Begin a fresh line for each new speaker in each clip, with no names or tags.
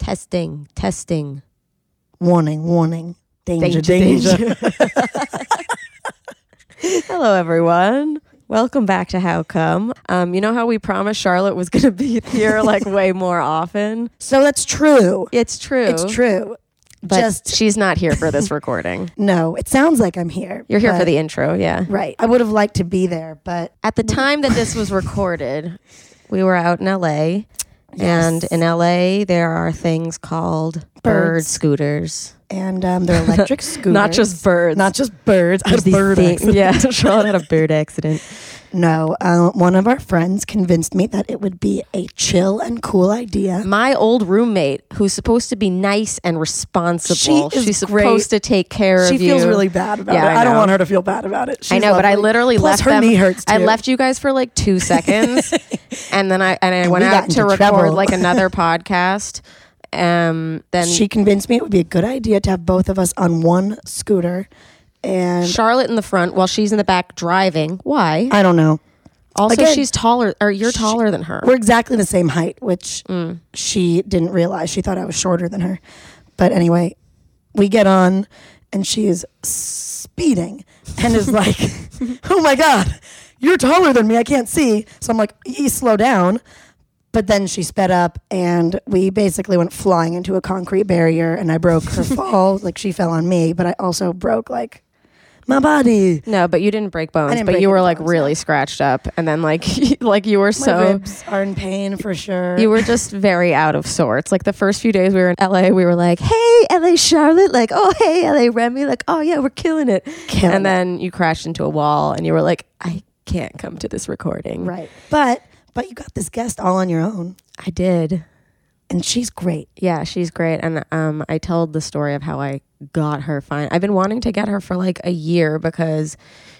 Testing, testing.
Warning, warning. Danger,
Danger,
danger.
danger. Hello, everyone. Welcome back to How Come. Um, you know how we promised Charlotte was going to be here like way more often?
So that's true.
It's true.
It's true.
But
Just
she's not here for this recording.
no, it sounds like I'm here.
You're here for
but-
the intro, yeah.
Right. I would have liked to be there, but
At the time that this was recorded, we were out in LA. And
Yes.
in LA, there are things called bird
Birds.
scooters.
and um, they're electric scooters.
Not just birds.
Not just birds. I had a
These
bird
thing-
accident.
Yeah, Charlotte had a bird accident.
No, uh, one of our friends convinced me that it would be a chill and cool idea.
My old roommate, who's supposed to be nice and responsible,
She is
she's
great.
supposed to take care
She
of you.
feels really bad about
Yeah,
it.
I
I, don't
know.
want her to feel bad about it. She's
I know, but I
lovely.
literally
Plus
left
her
them.
knee hurts.
I
too.
left you guys for like two seconds, and then I and I went
we got
out to
into
record
trouble.
like another podcast. Um, then
She convinced me it would be a good idea to have both of us on one scooter, and
Charlotte in the front while she's in the back driving. Why?
I don't know.
also,
Uh, again,
she's taller, or you're taller than her.
We're exactly the same height, which she didn't realize. She thought I was shorter than her. But anyway, we get on and she is speeding and is like, oh my God, you're taller than me. I can't see. So I'm like, "E- slow down. But then she sped up and we basically went flying into a concrete barrier and I broke her fall. Like she fell on me, but I also broke like my body.
No, but you didn't break bones,
didn't
but
break
you were
any
like
bones,
really scratched up, and then like like you were
My
so
ribs are in pain for sure.
You were just very out of sorts. Like the first few days we were in LA, we were like, "Hey, LA Charlotte," like, "Oh, hey, LA Remy," like, "Oh yeah, we're killing it."
Killing
and
it.
then you crashed into a wall, and you were like, "I can't come to this recording."
Right. But but you got this guest all on your own
I did.
and she's great.
Yeah, she's great, and um, I told the story of how I got her. Fine, I've been wanting to get her for like a year because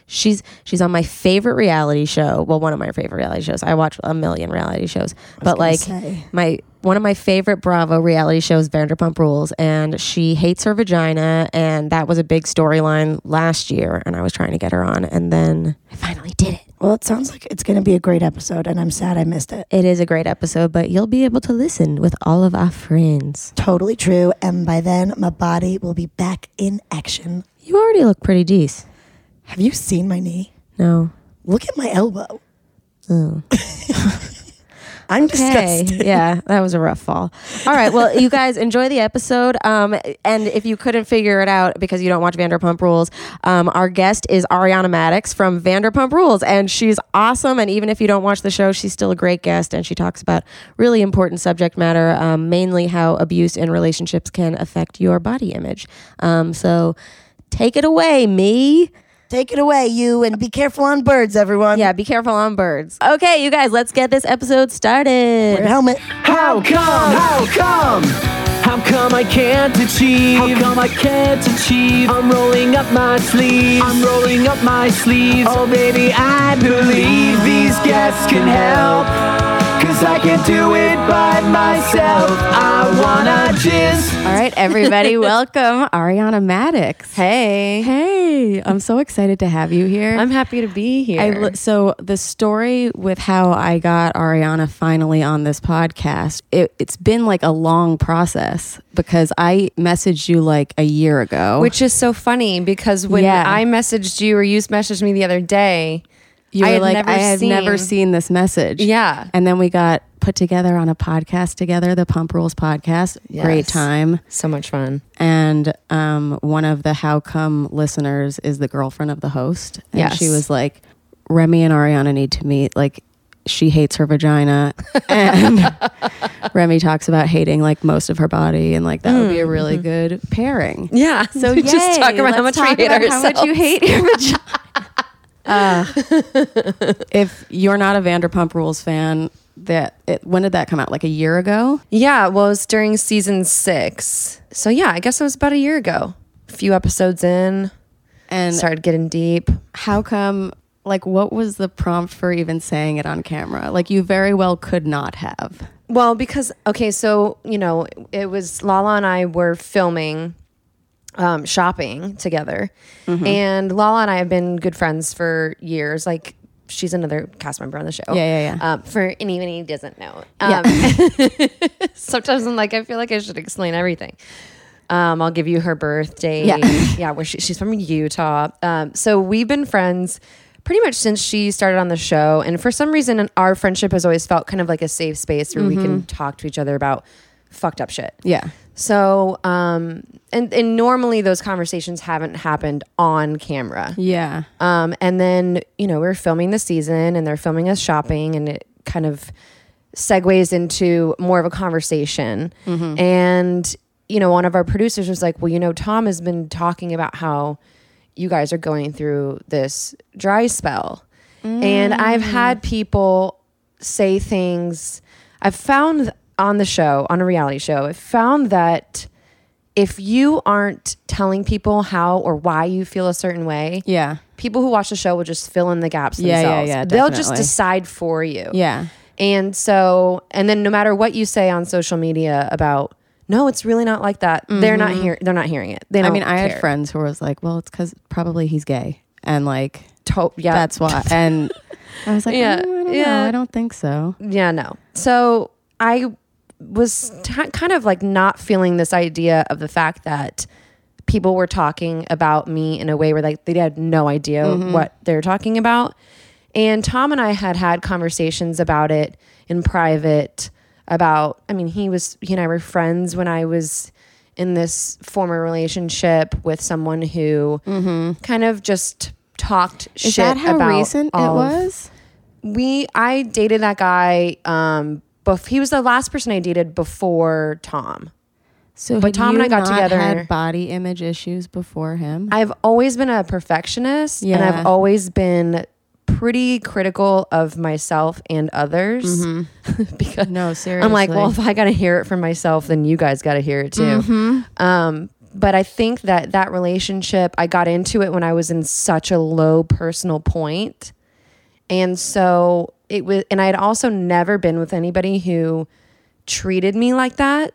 she's she's on my favorite reality show. Well, one of my favorite reality shows. I watch a million reality shows, but
gonna
like
say.
my one of my favorite Bravo reality shows, Vanderpump Rules, and she hates her vagina, and that was a big storyline last year, and I was trying to get her on, and then I finally did it.
Well, it sounds like it's going to be a great episode and I'm sad I missed it.
It is a great episode, but you'll be able to listen with all of our friends.
Totally true and by then my body will be back in action.
You already look pretty decent.
Have you seen my knee?
No.
Look at my elbow.
Oh.
I'm
Okay.
disgusted.
yeah, that was a rough fall. All right. Well, you guys enjoy the episode. Um, and if you couldn't figure it out because you don't watch Vanderpump Rules, um, our guest is Ariana Maddox from Vanderpump Rules, and she's awesome. And even if you don't watch the show, she's still a great guest, and she talks about really important subject matter, um, mainly how abuse in relationships can affect your body image. Um, so take it away, me.
Take it away you and be careful on birds everyone.
Yeah, be careful on birds. Okay, you guys, let's get this episode started.
Wear a helmet.
How come? How come? How come I can't achieve? How come I can't achieve? I'm rolling up my sleeves. I'm rolling up my sleeves. Oh, baby, I believe these guests can help. Cause I can do it by myself. I wanna just.
All right, everybody, welcome Ariana Maddox. Hey. Hey. I'm so excited to have you here.
I'm happy to be here.
I li- so the story with how I got Ariana finally on this podcast, it, it's been like a long process because I messaged you like a year ago.
which is so funny because when
Yeah.
I messaged you or you messaged me the other day,
you
I
were
had
like,
never
I have never seen this message.
Yeah.
And then we got put together on a podcast together, the Pump Rules podcast. Great
Yes.
time.
So much fun.
and um, one of the how come listeners is the girlfriend of the host and
Yes.
she was like remy and ariana need to meet like she hates her vagina and remy talks about hating like most of her body and like that would be a really good pairing
Yeah.
so
just talk
yay,
about how much
let's
we
talk
hate
about
ourselves.
how much you hate your vagina Uh, if you're not a vanderpump rules fan that it, when did that come out like a year ago
yeah. Well, it was during season six. So yeah, I guess it was about a year ago. A few episodes in,
and
started getting deep.
how come like what was the prompt for even saying it on camera like you very well could not have
Well, because okay, so you know, it was Lala and I were filming um
Mm-hmm.
shopping together. And Lala and I have been good friends for years, like she's another cast member on the show.
Yeah, yeah, yeah.
Um, for anyone who doesn't know.
Yeah.
Um, sometimes I'm like, I feel like I should explain everything. Um, I'll give you her birthday.
Yeah.
yeah where she, she's from Utah. Um, so we've been friends pretty much since she started on the show. And for some reason, our friendship has always felt kind of like a safe space where we can talk to each other about fucked up shit.
Yeah.
So, um, and, and normally those conversations haven't happened on camera.
Yeah.
Um, and then, you know, we are filming the season and they're filming us shopping and it kind of segues into more of a conversation. And, you know, one of our producers was like, well, you know, Tom has been talking about how you guys are going through this dry spell. And I've had people say things I've found on the show, on a reality show, I found that if you aren't telling people how or why you feel a certain way,
Yeah.
people who watch the show will just fill in the gaps
Yeah, yeah,
themselves.
yeah,
They'll just
definitely.
decide for you.
Yeah.
And so, and then no matter what you say on social media about, no, it's really not like that. They're not hear. They're not hearing it. They
Mm-hmm. I
don't
mean, I
care.
had friends who was like, well, it's because probably he's gay. And like,
To- yeah,
that's why. And I was like,
Yeah,
yeah, I don't
yeah.
know. I don't think so.
yeah, no. So I was t- kind of like not feeling this idea of the fact that people were talking about me in a way where like they had no idea
Mm-hmm.
what they were talking about. And Tom and I had had conversations about it in private about I mean he was he and I were friends when I was in this former relationship with someone who kind of just talked
Mm-hmm. Is
shit
that how
about
recent it
all of-
was?
we I dated that guy um bef- he was the last person I dated before Tom.
So,
But
had
Tom and
you
I got
not
together-
Had body image issues before him.
I've always been a perfectionist and
Yeah.
I've always been pretty critical of myself and others because
no, seriously.
I'm like, well, if I got to hear it from myself, then you guys got to hear it too.
Mm-hmm.
Um, but I think that that relationship, I got into it when I was in such a low personal point. And so it was, and I had also never been with anybody who treated me like that.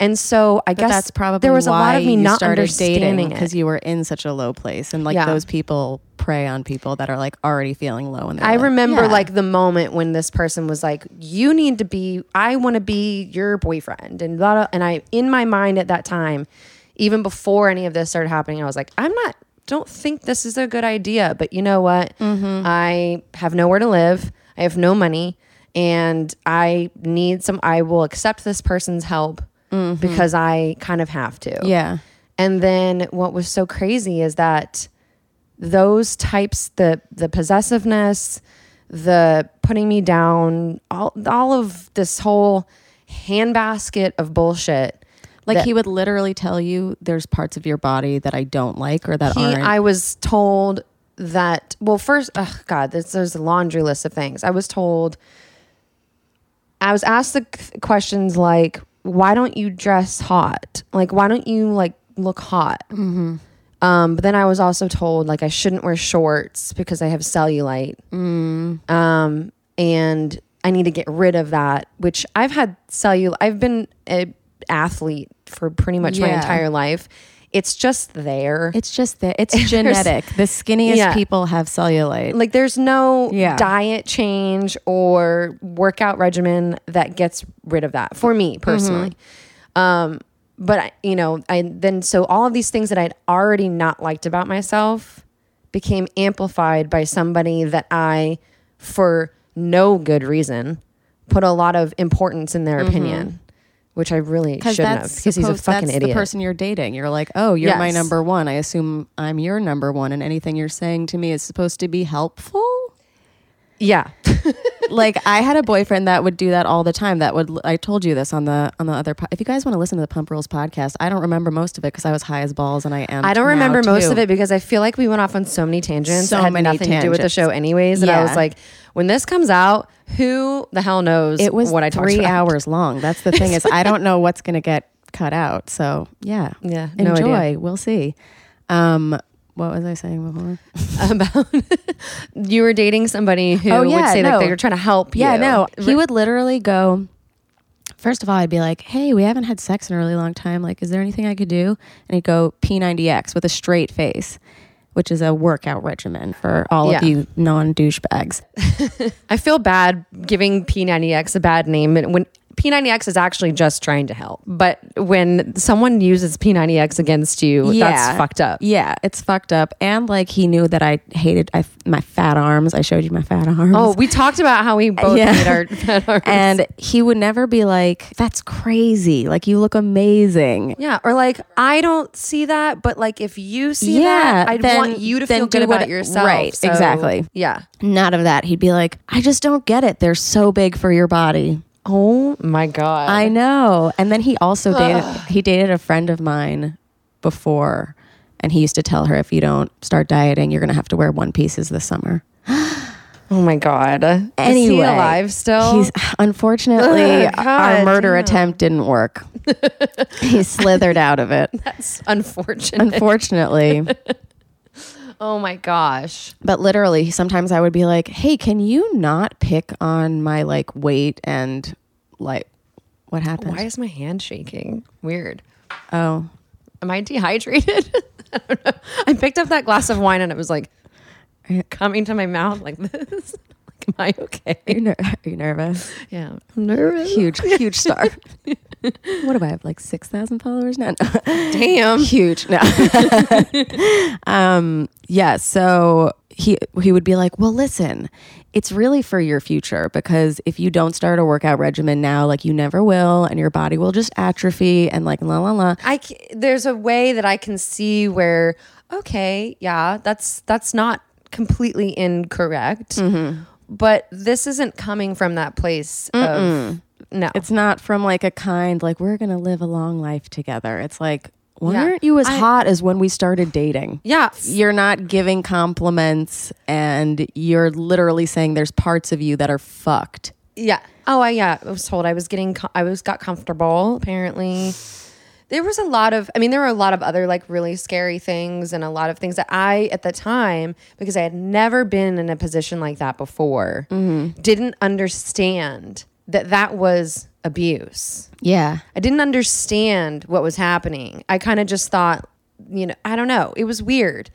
And so I guess
Mm-hmm. that's probably
there was a lot
why
of me
you
not
started dating
understanding it.
because you were in such a low place, and like
Yeah.
those people prey on people that are like already feeling low. And
I remember like the moment when this person was like, "You need to be. I want to be your boyfriend," and blah, blah, and I in my mind at that time, even before any of this started happening, I was like, "I'm not. Don't think this is a good idea." But you know what? I have nowhere to live. I have no money, and I need some. I will accept this person's help because I kind of have to.
yeah,
And then what was so crazy is that those types the the possessiveness, the putting me down, all all of this whole handbasket of bullshit.
like
that-
he would literally tell you there's parts of your body that I don't like or that
He,
aren't.
I was told that well first oh god this, there's a laundry list of things i was told i was asked the c- questions like why don't you dress hot like why don't you like look hot
Mm-hmm.
um, but then i was also told like i shouldn't wear shorts because i have cellulite
Mm.
um, and i need to get rid of that which i've had cellulite i've been an athlete for pretty much my
Yeah.
entire life it's just there
it's just that it's genetic. The skinniest
Yeah.
people have cellulite.
like there's no
Yeah.
diet change or workout regimen that gets rid of that for
Mm-hmm.
me personally. Um, but I, you know, I then so all of these things that I'd already not liked about myself became amplified by somebody that I, for no good reason, put a lot of importance in their opinion, which I really shouldn't have because he's a
supposed-
fucking
Mm-hmm. that's
idiot.
The person you're dating, you're like, oh, you're my
Yes.
number one. I assume I'm your number one, and anything you're saying to me is supposed to be helpful.
yeah.
like I had a boyfriend that would do that all the time. That would I told you this on the on the other. Po- if you guys want to listen to the Pump Rules podcast, I don't remember most of it because I was high as balls and I am.
I don't
now,
remember most
too.
of it because I feel like we went off on so many tangents.
So
that had
many
nothing to do with the
tangents.
show, anyways. And I was
Yeah.
like, when this comes out, who the hell knows?
It was
what I talked
three
about.
hours long. That's the thing is I don't know what's gonna get cut out. So yeah,
Yeah, no
enjoy.
idea.
We'll see. Um, what was I saying before?
You were dating somebody who
Oh,
would
yeah,
say like
no.
they were trying to help.
Yeah,
you.
no. He would literally go, first of all, I'd be like, hey, we haven't had sex in a really long time. Like, is there anything I could do? And he'd go, P90X with a straight face, which is a workout regimen for all
Yeah.
of you non douchebags.
I feel bad giving P90X a bad name and when P90X is actually just trying to help. But when someone uses P90X against you, that's fucked up.
Yeah, it's fucked up. And like he knew that I hated I, my fat arms. I showed you my fat arms.
Oh, we talked about how we both
Yeah.
hate our, hate our
and he would never be like, "That's crazy! Like you look amazing."
Yeah, or like I don't see that, but like if you see
Yeah,
that, I'd
then-
want you to
then
feel good
do
about
what-
yourself.
right,
So,
exactly.
Yeah.
None of that. He'd be like, "I just don't get it. They're so big for your body."
Oh my god.
I know. And then he also dated he dated a friend of mine before and he used to tell her if you don't start dieting, you're going to have to wear one pieces this summer.
oh my god.
Anyway,
Is he alive still?
He's unfortunately
Ugh,
our
God
murder
damn.
attempt didn't work. he slithered out of it.
That's unfortunate.
Unfortunately,
oh my gosh.
but literally sometimes I would be like, "Hey, can you not pick on my like weight and like what happened?"
Why is my hand shaking? Weird.
Oh.
Am I dehydrated? I don't know. I picked up that glass of wine and it was like coming to my mouth like this. like, am I
Are
okay?
you, ner- are you nervous?
Yeah. I'm nervous.
huge, huge star. what do I have? Like six thousand followers now? No.
Damn.
huge. No. um, yeah. So he he would be like, "Well, listen, it's really for your future because if you don't start a workout regimen now, like you never will, and your body will just atrophy and like la la la."
I c- there's a way that I can see where okay, yeah, that's that's not completely incorrect, but this isn't coming from that place of no.
It's not from like a kind like we're gonna live a long life together. It's like. Why
Yeah.
aren't you as
I-
hot as when we started dating?
yeah,
you're not giving compliments and you're literally saying there's parts of you that are fucked.
yeah. Oh, I yeah. I was told I was getting. Co- I was got comfortable. Apparently, there was a lot of. I mean, there were a lot of other like really scary things and a lot of things that I at the time because I had never been in a position like that before, didn't understand that that was abuse.
Yeah.
I didn't understand what was happening. I kind of just thought, you know, I don't know. It was weird.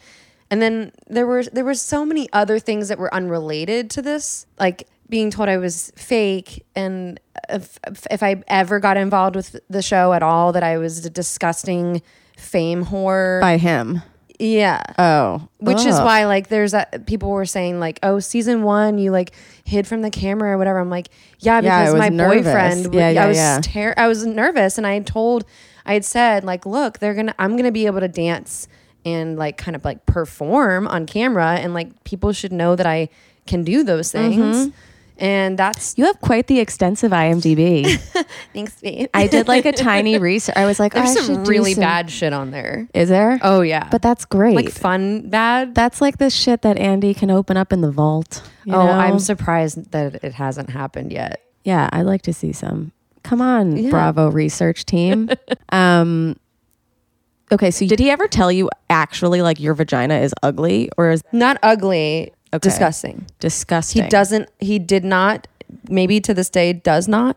And then there were there were so many other things that were unrelated to this, like being told I was fake and if if I ever got involved with the show at all that I was a disgusting fame whore.
By him.
Yeah
Oh.
which is
Ugh.
why like there's a, people were saying like oh season one you like hid from the camera or whatever i'm like yeah
Yeah, I
because
was
my
nervous.
boyfriend w-
Yeah, yeah,
i was
yeah.
Ter- i was nervous and i had told i had said like look they're gonna i'm gonna be able to dance and like kind of like perform on camera and like people should know that i can do those
Mm-hmm.
things and that's
you have quite the extensive IMDb.
thanks babe
I did like a tiny research. I was like,
there's
I
some
should do
really
some-
bad shit on there
Is there?
oh yeah
But that's great.
like fun bad
that's like the shit that Andy can open up in the vault. you
oh
know?
i'm surprised that it hasn't happened yet
Yeah, I'd like to see some. Come on, Bravo research team. um, okay, so did he ever tell you actually like your vagina is ugly or is
not ugly disgusting he
disgusting?
doesn't he did not maybe to this day does not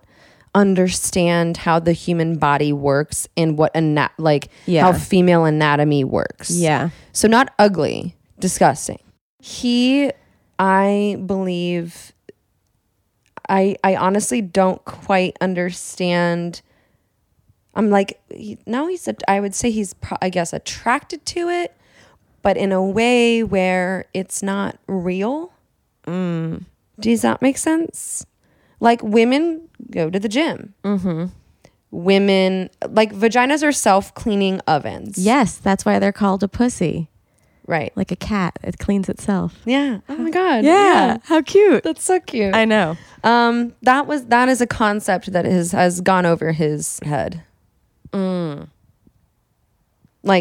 understand how the human body works and what ana- like
Yeah.
how female anatomy works
Yeah.
so not ugly disgusting he i believe i i honestly don't quite understand i'm like he, now he's a, i would say he's pro- i guess attracted to it but in a way where it's not real does that make sense? Like women go to the gym. Mm-hmm. Women like vaginas are self cleaning ovens.
Yes, that's why they're called a pussy.
Right.
Like a cat, it cleans itself.
Yeah. Oh my god.
how cute.
That's so cute.
I know.
um, that was that is a concept that has has gone over his head. Like
Mm.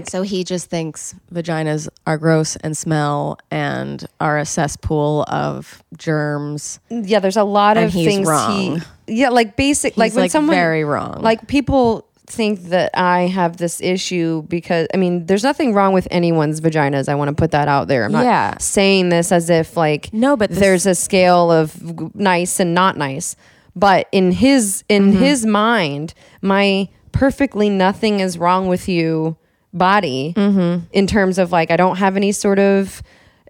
So he just thinks vaginas are gross and smell and are a cesspool of germs.
yeah, there's a lot
And
of
he's
things
wrong.
he yeah, like basic like
He's,
when
like,
someone
very wrong.
Like people think that I have this issue because I mean, there's nothing wrong with anyone's vaginas. I want to put that out there. I'm not
Yeah.
saying this as if like
No, but this-
there's a scale of g- nice and not nice. But in
Mm-hmm.
his in his mind, my perfectly nothing is wrong with you body
Mm-hmm.
in terms of like I don't have any sort of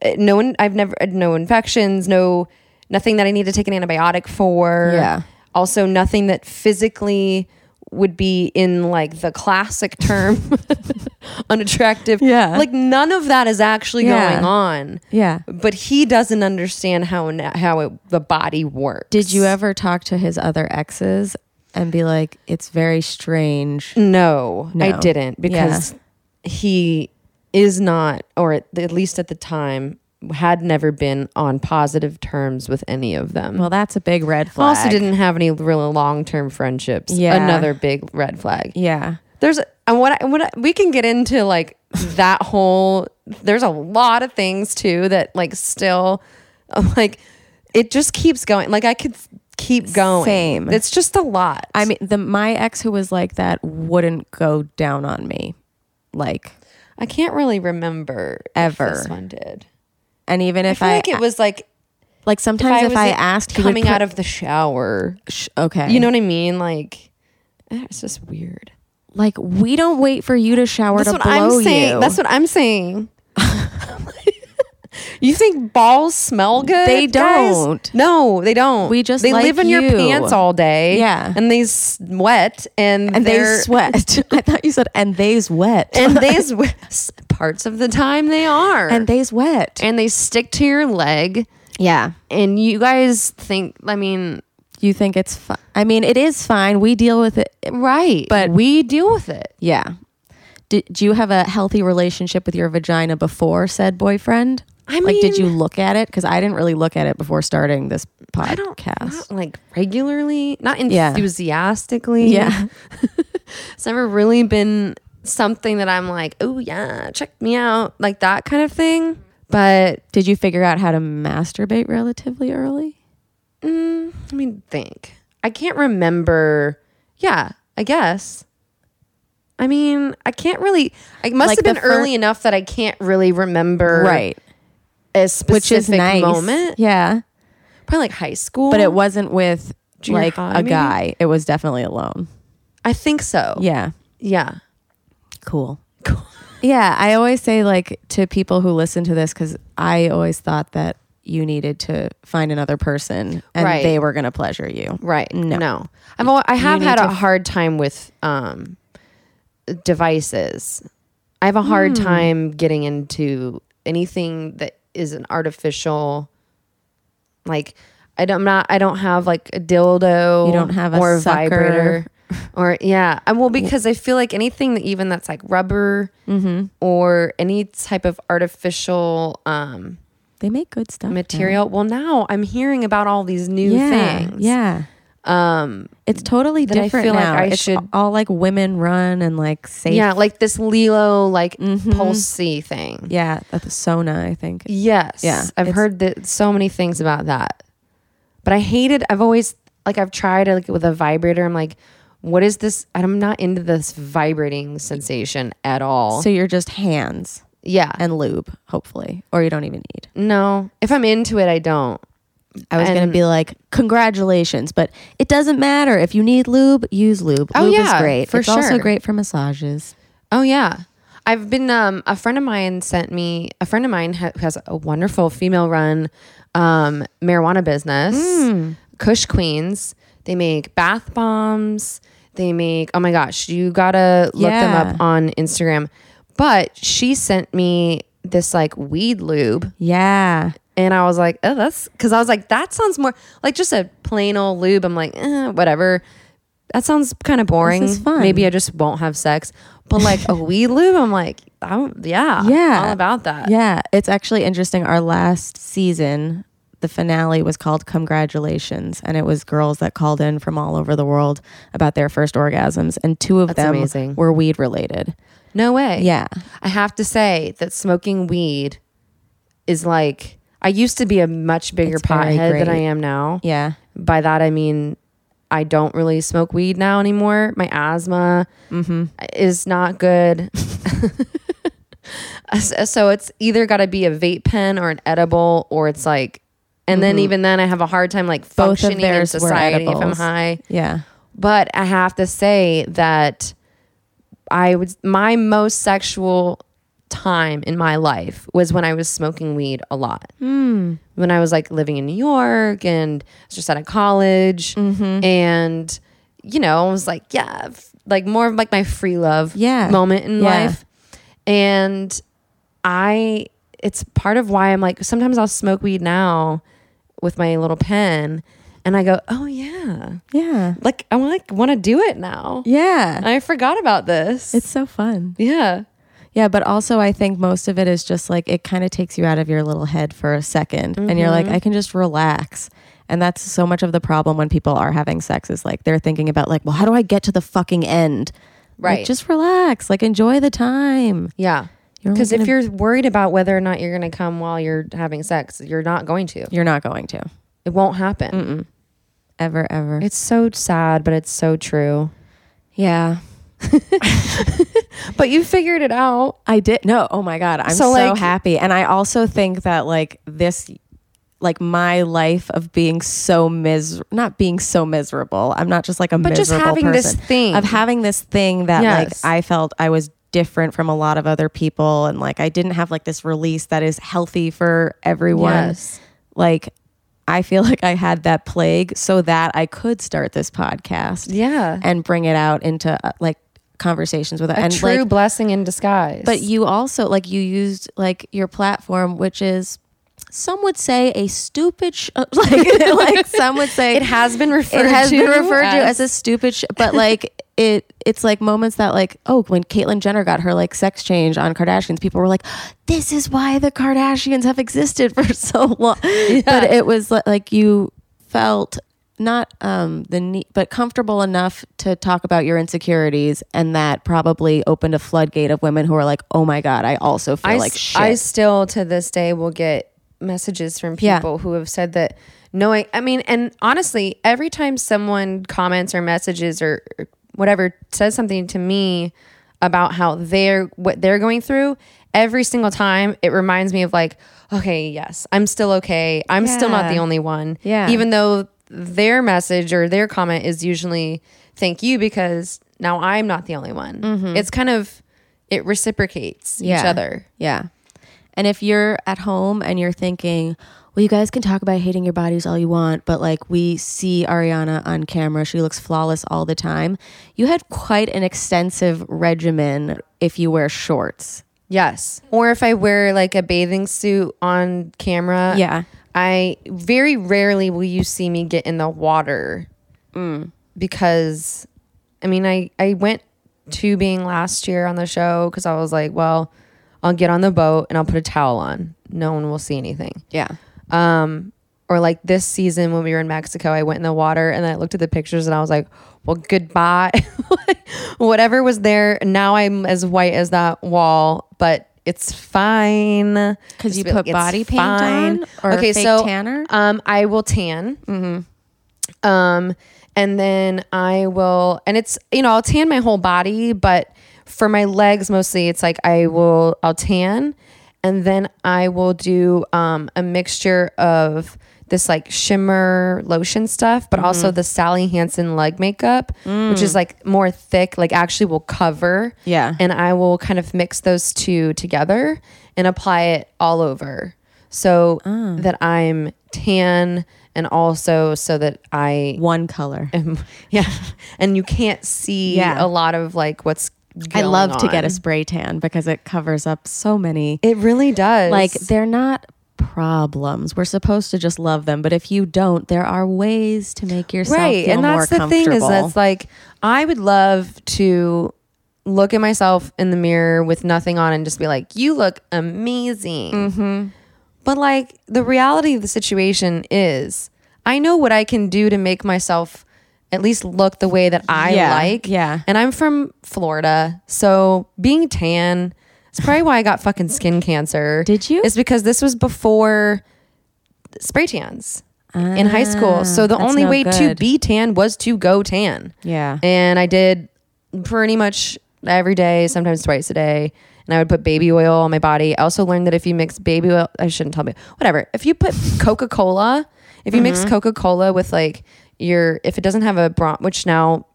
uh, no in- I've never uh, no infections, no nothing that I need to take an antibiotic for.
Yeah.
Also nothing that physically would be in like the classic term unattractive.
Yeah.
Like none of that is actually
Yeah.
going on.
Yeah.
But he doesn't understand how na- how it, the body works.
Did you ever talk to his other exes and be like, it's very
Mm-hmm.
strange?
No, I
No.
didn't because he is not, or at, at least at the time, had never been on positive terms with any of them.
Well, that's a big red flag.
also didn't have any really long term friendships.
Yeah.
another big red flag.
Yeah.
There's and what I, what I, we can get into like that whole. There's a lot of things too that like still, I'm like, it just keeps going. Like I could keep going.
Same.
It's just a lot.
I mean, the my ex who was like that wouldn't go down on me, like,
I can't really remember if
Ever.
this one did.
and even
I
if
feel
I,
like it was like
like sometimes if
was,
I,
like,
asked, he would
coming
put-
out of the shower.
Sh- okay,
You know what I mean? Like eh, it's just weird.
like we don't wait for you to shower
That's
to
what
blow
I'm saying.
you.
That's what I'm saying. you think balls smell good?
They
guys?
don't.
No, they don't.
We just
they
like
live in your
you.
pants all day.
Yeah.
and they sweat and
and they
they're-
sweat. I thought you said and they's wet
and they swe- parts of the time they are
and they's wet.
and they stick to your leg.
yeah,
and you guys think i mean
you think it's. Fi- I mean, it is fine. We deal with it.
right but we deal with it
Yeah. Did, do you have a healthy relationship with your vagina before said boyfriend?
I
like, did you
mean-
look at it? Because I didn't really look at it before starting this podcast.
i don't not, like regularly not enthusiastically
Yeah.
it's never really been something that i'm like oh yeah check me out like that kind of thing but
Did you figure out how to masturbate relatively early?
mm, let me think i can't remember yeah i guess i mean i can't really i must
Like
have been
the fir-
early enough that i can't really remember a specific
Which is nice.
moment
Yeah.
probably like high school
But it wasn't with
Junior
like
high,
a
maybe? Oh.
guy. It was definitely alone.
I think so.
Yeah.
Yeah.
Cool. Yeah, I always say like to people who listen to this cuz I always thought that you needed to find another person and
Right.
they were going to pleasure you.
Right.
No.
No. I've al- I have
need
had
to
a
f-
hard time with um devices. I have a hard
Hmm.
time getting into anything that is an artificial like I don't I'm not I don't have like a dildo
You don't have a
or
sucker.
vibrator or yeah and well because I feel like anything that even that's like rubber
Mm-hmm.
or any type of artificial um
They make good stuff. now.
material. Well, now I'm hearing about all these new
yeah,
things.
Yeah.
Um,
It's totally
That I
different
feel like
now.
I
It's
should-
all like women run and like safe.
yeah, like this Lilo like
Mhm.
pulsey thing.
Yeah, that's Sona, I think.
Yes.
Yeah,
I've
it's-
heard that so many things about that. But I hated I've always like I've tried like with a vibrator. I'm like, what is this? I'm not into this vibrating sensation at all.
So you're just hands
yeah.
and lube, hopefully, or you don't even need.
no. If I'm into it, I don't.
I was going to
And-
be like, congratulations, but it doesn't matter. If you need lube, use lube.
Oh,
lube is
yeah,
great.
for
it's also
sure.
great for massages.
Oh yeah. I've been um a friend of mine sent me a friend of mine ha- who has a wonderful female run um marijuana business. Kush Queens. They make bath bombs. They make oh my gosh, you got to look
Yeah.
them up on Instagram. But she sent me this like weed lube
Yeah.
and I was like, oh, that's because I was like, that sounds more like just a plain old lube. I'm like, eh, whatever. That sounds kind of boring.
is fun.
Maybe I just won't have sex. But like a weed lube, I'm like, I'm, yeah,
Yeah.
all about that.
Yeah. It's actually interesting. Our last season, the finale was called Congratulations, and it was girls that called in from all over the world about their first orgasms, and two of them
amazing.
were weed related.
No way.
Yeah.
I have to say that smoking weed is like I used to be a much bigger
It's very
pothead than I
great.
am now.
Yeah.
By that I mean I don't really smoke weed now anymore. My asthma
Mm-hmm,
is not good. so it's either got to be a vape pen or an edible, or it's like, and then even then I have a hard time like
Mm-hmm. Both of
functioning in
theirs were
society if I'm
edibles.
high.
Yeah.
But I have to say that I was my most sexual time in my life was when I was smoking weed a lot. When I was like living in New York and I was just out of college
Mm-hmm.
and you know, I was like, yeah, f- like more of like my free love
Yeah.
moment in
Yeah.
life. And I it's part of why I'm like sometimes I'll smoke weed now with my little pen and I go, "Oh yeah."
Yeah.
Like I like want to do it now.
Yeah.
I forgot about this.
it's so fun.
yeah.
Yeah, but also I think most of it is just like it kind of takes you out of your little head for a 2nd and you're
Mm-hmm.
like I can just relax. And that's so much of the problem when people are having sex is like they're thinking about like, well, how do I get to the fucking end? Like,
Right.
just relax. Like enjoy the time.
Yeah.
You're only
Because if
gonna-
you're worried about whether or not you're going to come while you're having sex, you're not going to.
You're not going to
It won't happen.
Mm. ever ever.
It's so sad, but it's so true.
yeah.
But you figured it out.
I did. No, oh my God. I'm
So,
so,
like-
happy. And I also think that, like, this, like, my life of being so mis, not being so miserable. I'm not just like a
But just
miserable
having this
person.
thing.
Of having this thing that,
Yes.
like, I felt I was different from a lot of other people. And, like, I didn't have, like, this release that is healthy for everyone.
Yes.
Like, I feel like I had that plague so that I could start this podcast
Yeah.
and bring it out into, uh, like, conversations with
a
and
true
like
blessing in disguise.
but you also like you used like your platform, which is some would say a stupid sh- uh, like like some would say
it has been referred
it has
to
been referred to as a stupid sh- but like it it's like moments that like oh when Caitlyn Jenner got her like sex change on Kardashians people were like this is why the Kardashians have existed for so long but it was li- like you felt not um the need but comfortable enough to talk about your insecurities and that probably opened a floodgate of women who are like oh my god I also feel
I,
like
s-
shit
I still to this day will get messages from
Yeah.
people who have said that knowing I mean and honestly every time someone comments or messages or or whatever says something to me about how they're what they're going through every single time it reminds me of like okay yes I'm still okay I'm still not
Yeah.
the only one
Yeah.
even though their message or their comment is usually thank you because now I'm not the only one it's kind of it reciprocates each other
Mm-hmm. Yeah. And if you're at home and you're thinking, well, you guys can talk about hating your bodies all you want, but like we see Ariana on camera, she looks flawless all the time. You had quite an extensive regimen if you wear shorts.
Yes. Or if I wear like a bathing suit on camera.
Yeah.
I very rarely will you see me get in the water because I mean, I, I went tubing last year on the show because I was like, well, I'll get on the boat and I'll put a towel on. No one will see anything.
Yeah.
Or like this season when we were in Mexico, I went in the water and I looked at the pictures and I was like, well, goodbye. Whatever was there, now I'm as white as that wall, but it's fine.
'Cause
Just
you
be like,
put
"It's
body paint on or fake tanner?
Um, I will tan. Um, and then I will, and it's, you know, I'll tan my whole body, but for my legs mostly, it's like I will, I'll tan and then I will do um, a mixture of this like shimmer lotion stuff, but also the Sally Hansen leg makeup, which is like more thick, like actually will cover.
Yeah.
And I will kind of mix those two together and apply it all over so
Ah.
that I'm tan and also so that I
One color.
am, yeah, and you can't see
Yeah.
a lot of like what's
I
going
love to get
on.
a spray tan because it covers up so many.
It really does.
like they're not problems. We're supposed to just love them, but if you don't, there are ways to make yourself feel
and that's
more
the thing is
comfortable.
that's like i would love to look at myself in the mirror with nothing on and just be like you look amazing
Mm-hmm.
but like the reality of the situation is i know what i can do to make myself at least look the way that i
Yeah,
like
yeah.
and i'm from florida so being tan it's probably why i got fucking skin cancer
Did you?
it's because this was before spray tans in high school. So the
that's
only
no
way to
good.
be tan was to go tan.
Yeah.
And I did pretty much every day, sometimes twice a day. And I would put baby oil on my body. I also learned that if you mix baby oil, I shouldn't tell me, whatever. If you put Coca Cola, if you mix Coca Cola with like your, if it doesn't have a bron, which now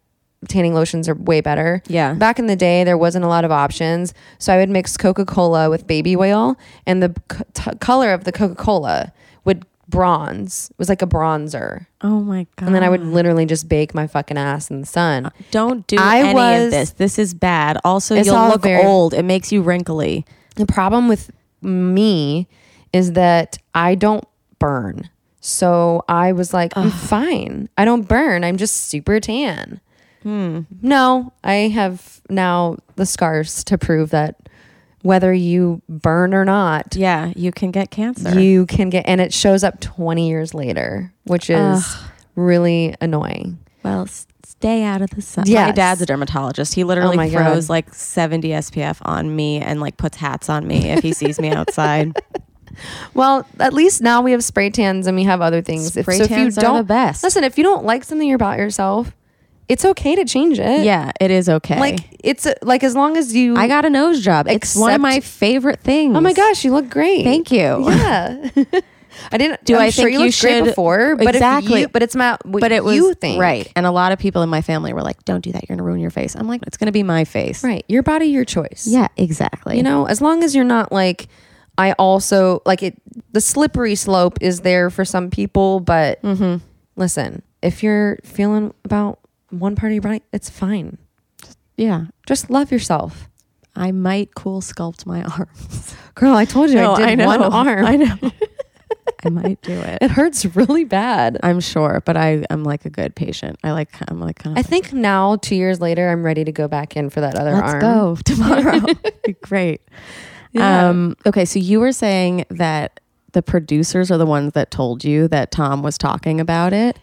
tanning lotions are way better.
Yeah.
Back in the day, there wasn't a lot of options. So I would mix Coca Cola with baby oil, and the c- t- color of the Coca Cola would bronze, it was like a bronzer.
Oh my god.
And then I would literally just bake my fucking ass in the
Ah.
sun.
Don't do
I
any of
was-
this. This is bad. Also,
It's
you'll
all
look
very-
old. It makes you wrinkly.
The problem with me is that I don't burn. So I was like, I'm fine. I don't burn. I'm just super tan. Hmm. No, I have now the scars to prove that whether you burn or not,
Yeah, you can get cancer.
you can get, and it shows up 20 years later, which is really annoying.
well, s- stay out of the sun. My
Yes.
dad's a dermatologist. He literally
Oh my God.
throws like 70 SPF on me and like puts hats on me if he sees me outside.
Well, at least now we have spray tans and we have other things.
Spray tans are the best.
Listen, if you don't like something about yourself, it's okay to change it.
yeah, it is okay.
Like it's uh, like as long as you
I got a nose job. It's one of
Except-
my favorite things.
Oh my gosh, you look great.
Thank you.
Yeah. I didn't
Do
I'm
I
sure
think
you
you
looked great
should-
before, but
Exactly.
if you, but it's my what
but it was
you think.
right. And a lot of people in my family were like, "Don't do that. You're gonna ruin your face." I'm like, "It's gonna be my face."
Right. Your body, your choice.
Yeah, exactly.
You know, as long as you're not like I also like it the slippery slope is there for some people, but
Mm-hmm.
listen, if you're feeling about one part of your body, it's fine.
Yeah,
Just love yourself.
I might cool sculpt my arms.
Girl, I told you
No,
I did
I know.
one arm.
I know. I might do it.
It hurts really bad.
I'm sure, but I am like a good patient. I like I'm like kind
I
of
think now, two years later, I'm ready to go back in for that other
let's
arm.
go tomorrow. Be Great.
Yeah.
Um, okay, so you were saying that the producers are the ones that told you that Tom was talking about it.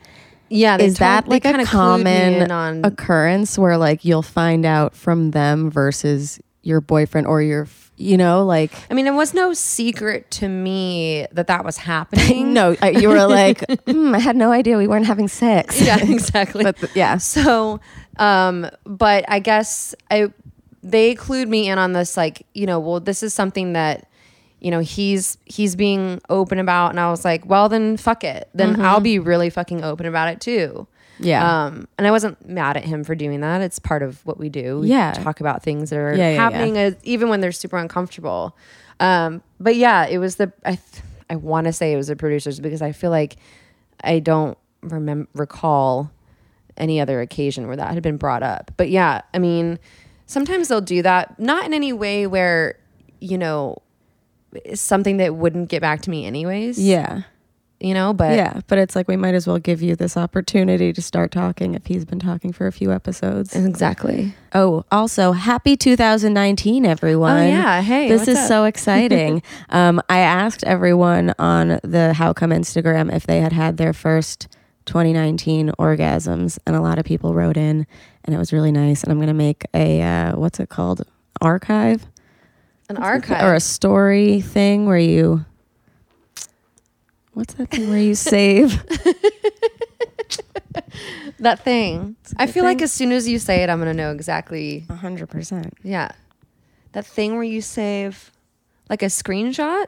Yeah, they
Is
told-
that
they
like a
kinda clued me
common
in on?
occurrence where like you'll find out from them versus your boyfriend or your f- you know like
I mean, it was no secret to me that that was happening.
no I- you were like "Hmm, I had no idea we weren't having sex.
yeah, exactly.
But th- yeah.
So, um, but I guess I they clued me in on this, like you know, well, this is something that you know he's he's being open about, and I was like, well, then fuck it, then I'll be really fucking open about it too.
Yeah.
Um, and I wasn't mad at him for doing that. It's part of what we do. We
Yeah.
Talk about things that are
Yeah, yeah, yeah.
happening, As, even when they're super uncomfortable. Um, but yeah, it was the I th- I want to say it was the producers because I feel like I don't remember recall any other occasion where that had been brought up. But yeah, I mean, sometimes they'll do that, not in any way where you know it's something that wouldn't get back to me anyways.
yeah.
You know, but
yeah, but it's like we might as well give you this opportunity to start talking if he's been talking for a few episodes.
exactly.
Oh, also happy 2019, everyone!
Oh, yeah. Hey,
this
what's
is
up?
so exciting. um, I asked everyone on the How Come Instagram if they had had their first 2019 orgasms, and a lot of people wrote in, and it was really nice. And I'm gonna make a uh, what's it called archive
An archive
or a story thing where you what's that thing where you save.
That thing. I
good
feel like
thing. Uh-huh.
as soon as you say it, I'm gonna know exactly.
hundred percent.
Yeah, that thing where you save, like a screenshot.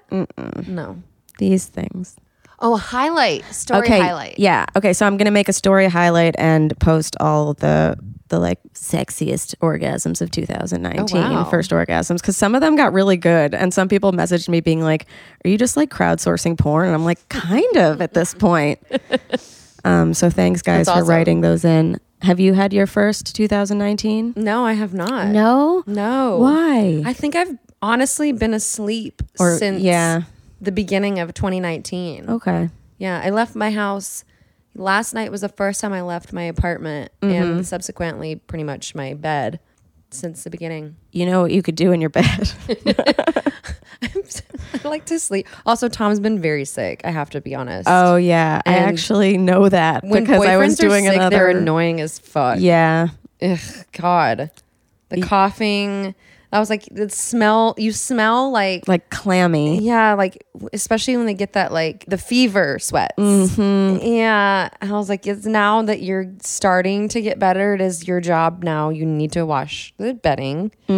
No.
These things.
Oh, a highlight story
okay.
highlight.
Yeah. Okay. So I'm gonna make a story highlight and post all the the like sexiest orgasms of 2019
Oh, wow.
first orgasms because some of them got really good and some people messaged me being like, "Are you just like crowdsourcing porn?" And I'm like, "Kind of at this point." um. So thanks guys
That's
for
awesome.
writing those in. Have you had your first 2019?
No, I have not.
No.
No.
Why?
I think I've honestly been asleep
Or-
since
yeah. Oh.
the beginning of 2019.
Okay.
Yeah, I left my house. Last night was the first time I left my apartment
Mm-hmm.
and subsequently pretty much my bed since the beginning.
You know what you could do in your bed.
I like to sleep. Also, Tom's been very sick. I have to be honest.
Oh yeah, I
And
actually know that
when
because
boyfriends
I was doing
are sick,
another.
They're annoying as fuck.
Yeah,
Ugh, God, the coughing, I was like, the smell, you smell like,
like clammy.
yeah, like, especially when they get that, like, the fever sweats.
Mm-hmm.
Yeah. And I was like, it's now that you're starting to get better. It is your job now. You need to wash the bedding. I cannot. I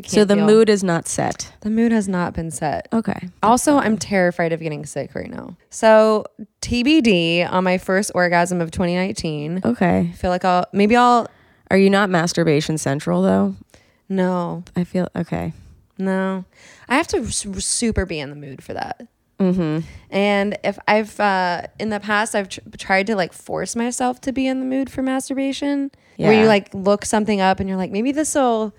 Mm-hmm. So
can't
the
deal.
mood is not set.
the mood has not been set.
Okay.
Also, I'm terrified of getting sick right now. So, TBD on my first orgasm of 2019.
Okay.
I feel like I'll maybe I'll
Are you not masturbation central though?
no
I feel okay.
no. I have to s- super be in the mood for that.
Mm-hmm.
And if I've uh, in the past I've tr- tried to like force myself to be in the mood for masturbation, where
Yeah.
you like look something up and you're like maybe this will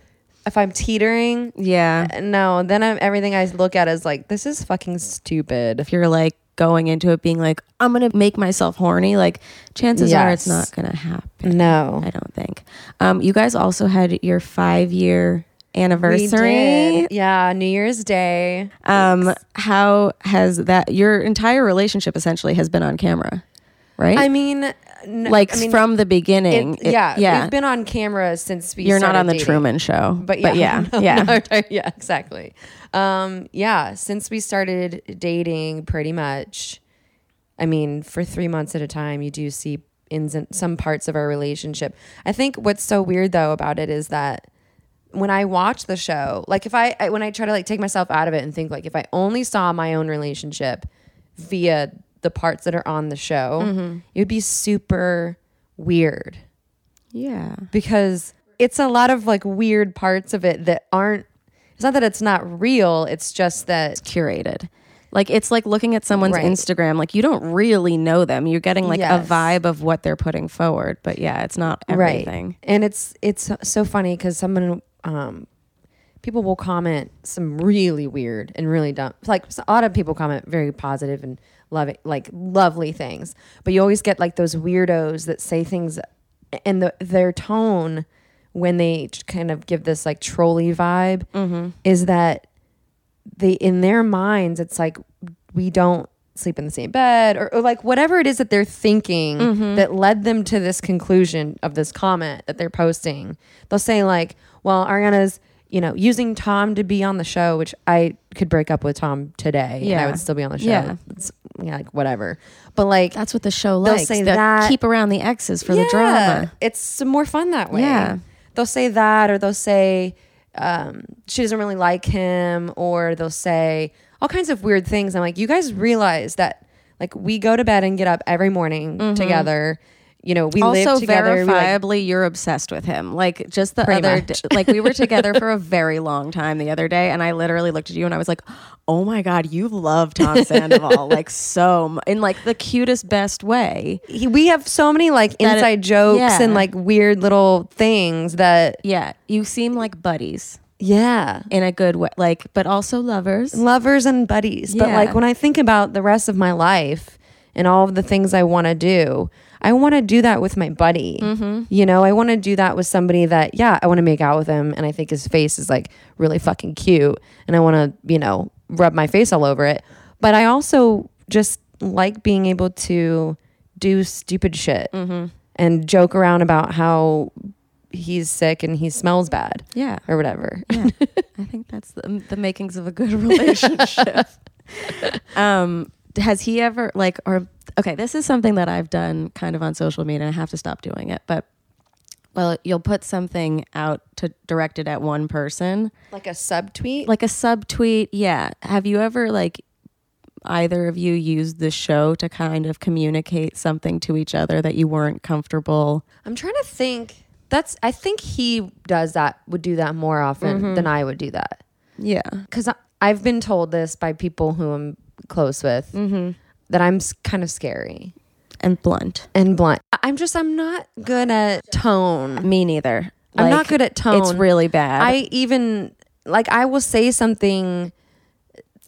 if I'm teetering.
Yeah.
No, then I'm, everything I look at is like this is fucking stupid.
If you're like going into it being like, I'm gonna make myself horny, like chances are it's
Yes.
not gonna happen.
No,
I don't think. Um, you guys also had your five year
We
anniversary.
did. Yeah, New Year's Day.
Um, how has that your entire relationship essentially has been on camera, right?
I mean, n-
like
I mean,
from the
it-
beginning. it-
yeah,
yeah.
We've been on camera since we.
you're not
started
on the
dating.
Truman Show,
but yeah,
yeah,
no,
yeah.
no, yeah, exactly. Um, yeah, since we started dating, pretty much. I mean, for three months at a time, you do see in some parts of our relationship. I think what's so weird though about it is that when I watch the show, like if I, I when I try to like take myself out of it and think like if I only saw my own relationship via the parts that are on the show,
Mm-hmm.
it would be super weird
yeah.
because it's a lot of like weird parts of it that aren't it's not that it's not real it's just that
curated. Like it's like looking at someone's
Right.
Instagram. Like you don't really know them. You're getting like
Yes.
a vibe of what they're putting forward. But yeah, it's not everything.
and it's it's so funny because someone um people will comment some really weird and really dumb like a lot of people comment very positive and loving like lovely things but you always get like those weirdos that say things and the, their tone when they kind of give this like trolley vibe is that they in their minds it's like we don't sleep in the same bed or, or like whatever it is that they're thinking
Mm-hmm.
that led them to this conclusion of this comment that they're posting they'll say like well ariana's you know using tom to be on the show which i could break up with tom today and i
Yeah.
would still be on the show
Yeah.
It's- yeah like whatever but like
That's what the show
They'll
likes.
say
They'll
that-
keep around the exes for the drama.
it's more fun that way.
Yeah.
They'll say that, or they'll say um, she doesn't really like him, or they'll say all kinds of weird things. I'm like, you guys realize that like we go to bed and get up every morning together. You know, we
Mm-hmm. also
live together. we, like,
verifiably you're obsessed with him like just the
Pretty
other
much.
d- like we were together for a very long time the other day and i literally looked at you and i was like oh my god you love tom sandoval like so mu- in like the cutest best way
he, we have so many like
That it-
inside jokes
yeah.
and like weird little things that
yeah you seem like buddies
yeah.
in a good way like but also lovers
lovers and buddies. But
Yeah.
like when I think about the rest of my life and all of the things I want to do, I want to do that with my buddy.
Mm-hmm.
You know, I want to do that with somebody that, yeah, I want to make out with him and I think his face is like really fucking cute and I want to, you know, rub my face all over it. But I also just like being able to do stupid shit and joke around about how he's sick and he smells bad
yeah
or whatever.
yeah i think that's the, the makings of a good relationship um has he ever like or okay this is something that i've done kind of on social media and i have to stop doing it but well you'll put something out to directed at one person
Like a subtweet.
like a subtweet yeah have you ever like either of you used the show to kind of communicate something to each other that you weren't comfortable
I'm trying to think. That's I think he does that would do that more often than I would do that
yeah
because I've been told this by people who I'm close with that I'm s- kind of scary
and blunt
and blunt. I- I'm just I'm not good at tone.
me neither
I'm not
Like,
good at tone.
it's really bad
I even like I will say something.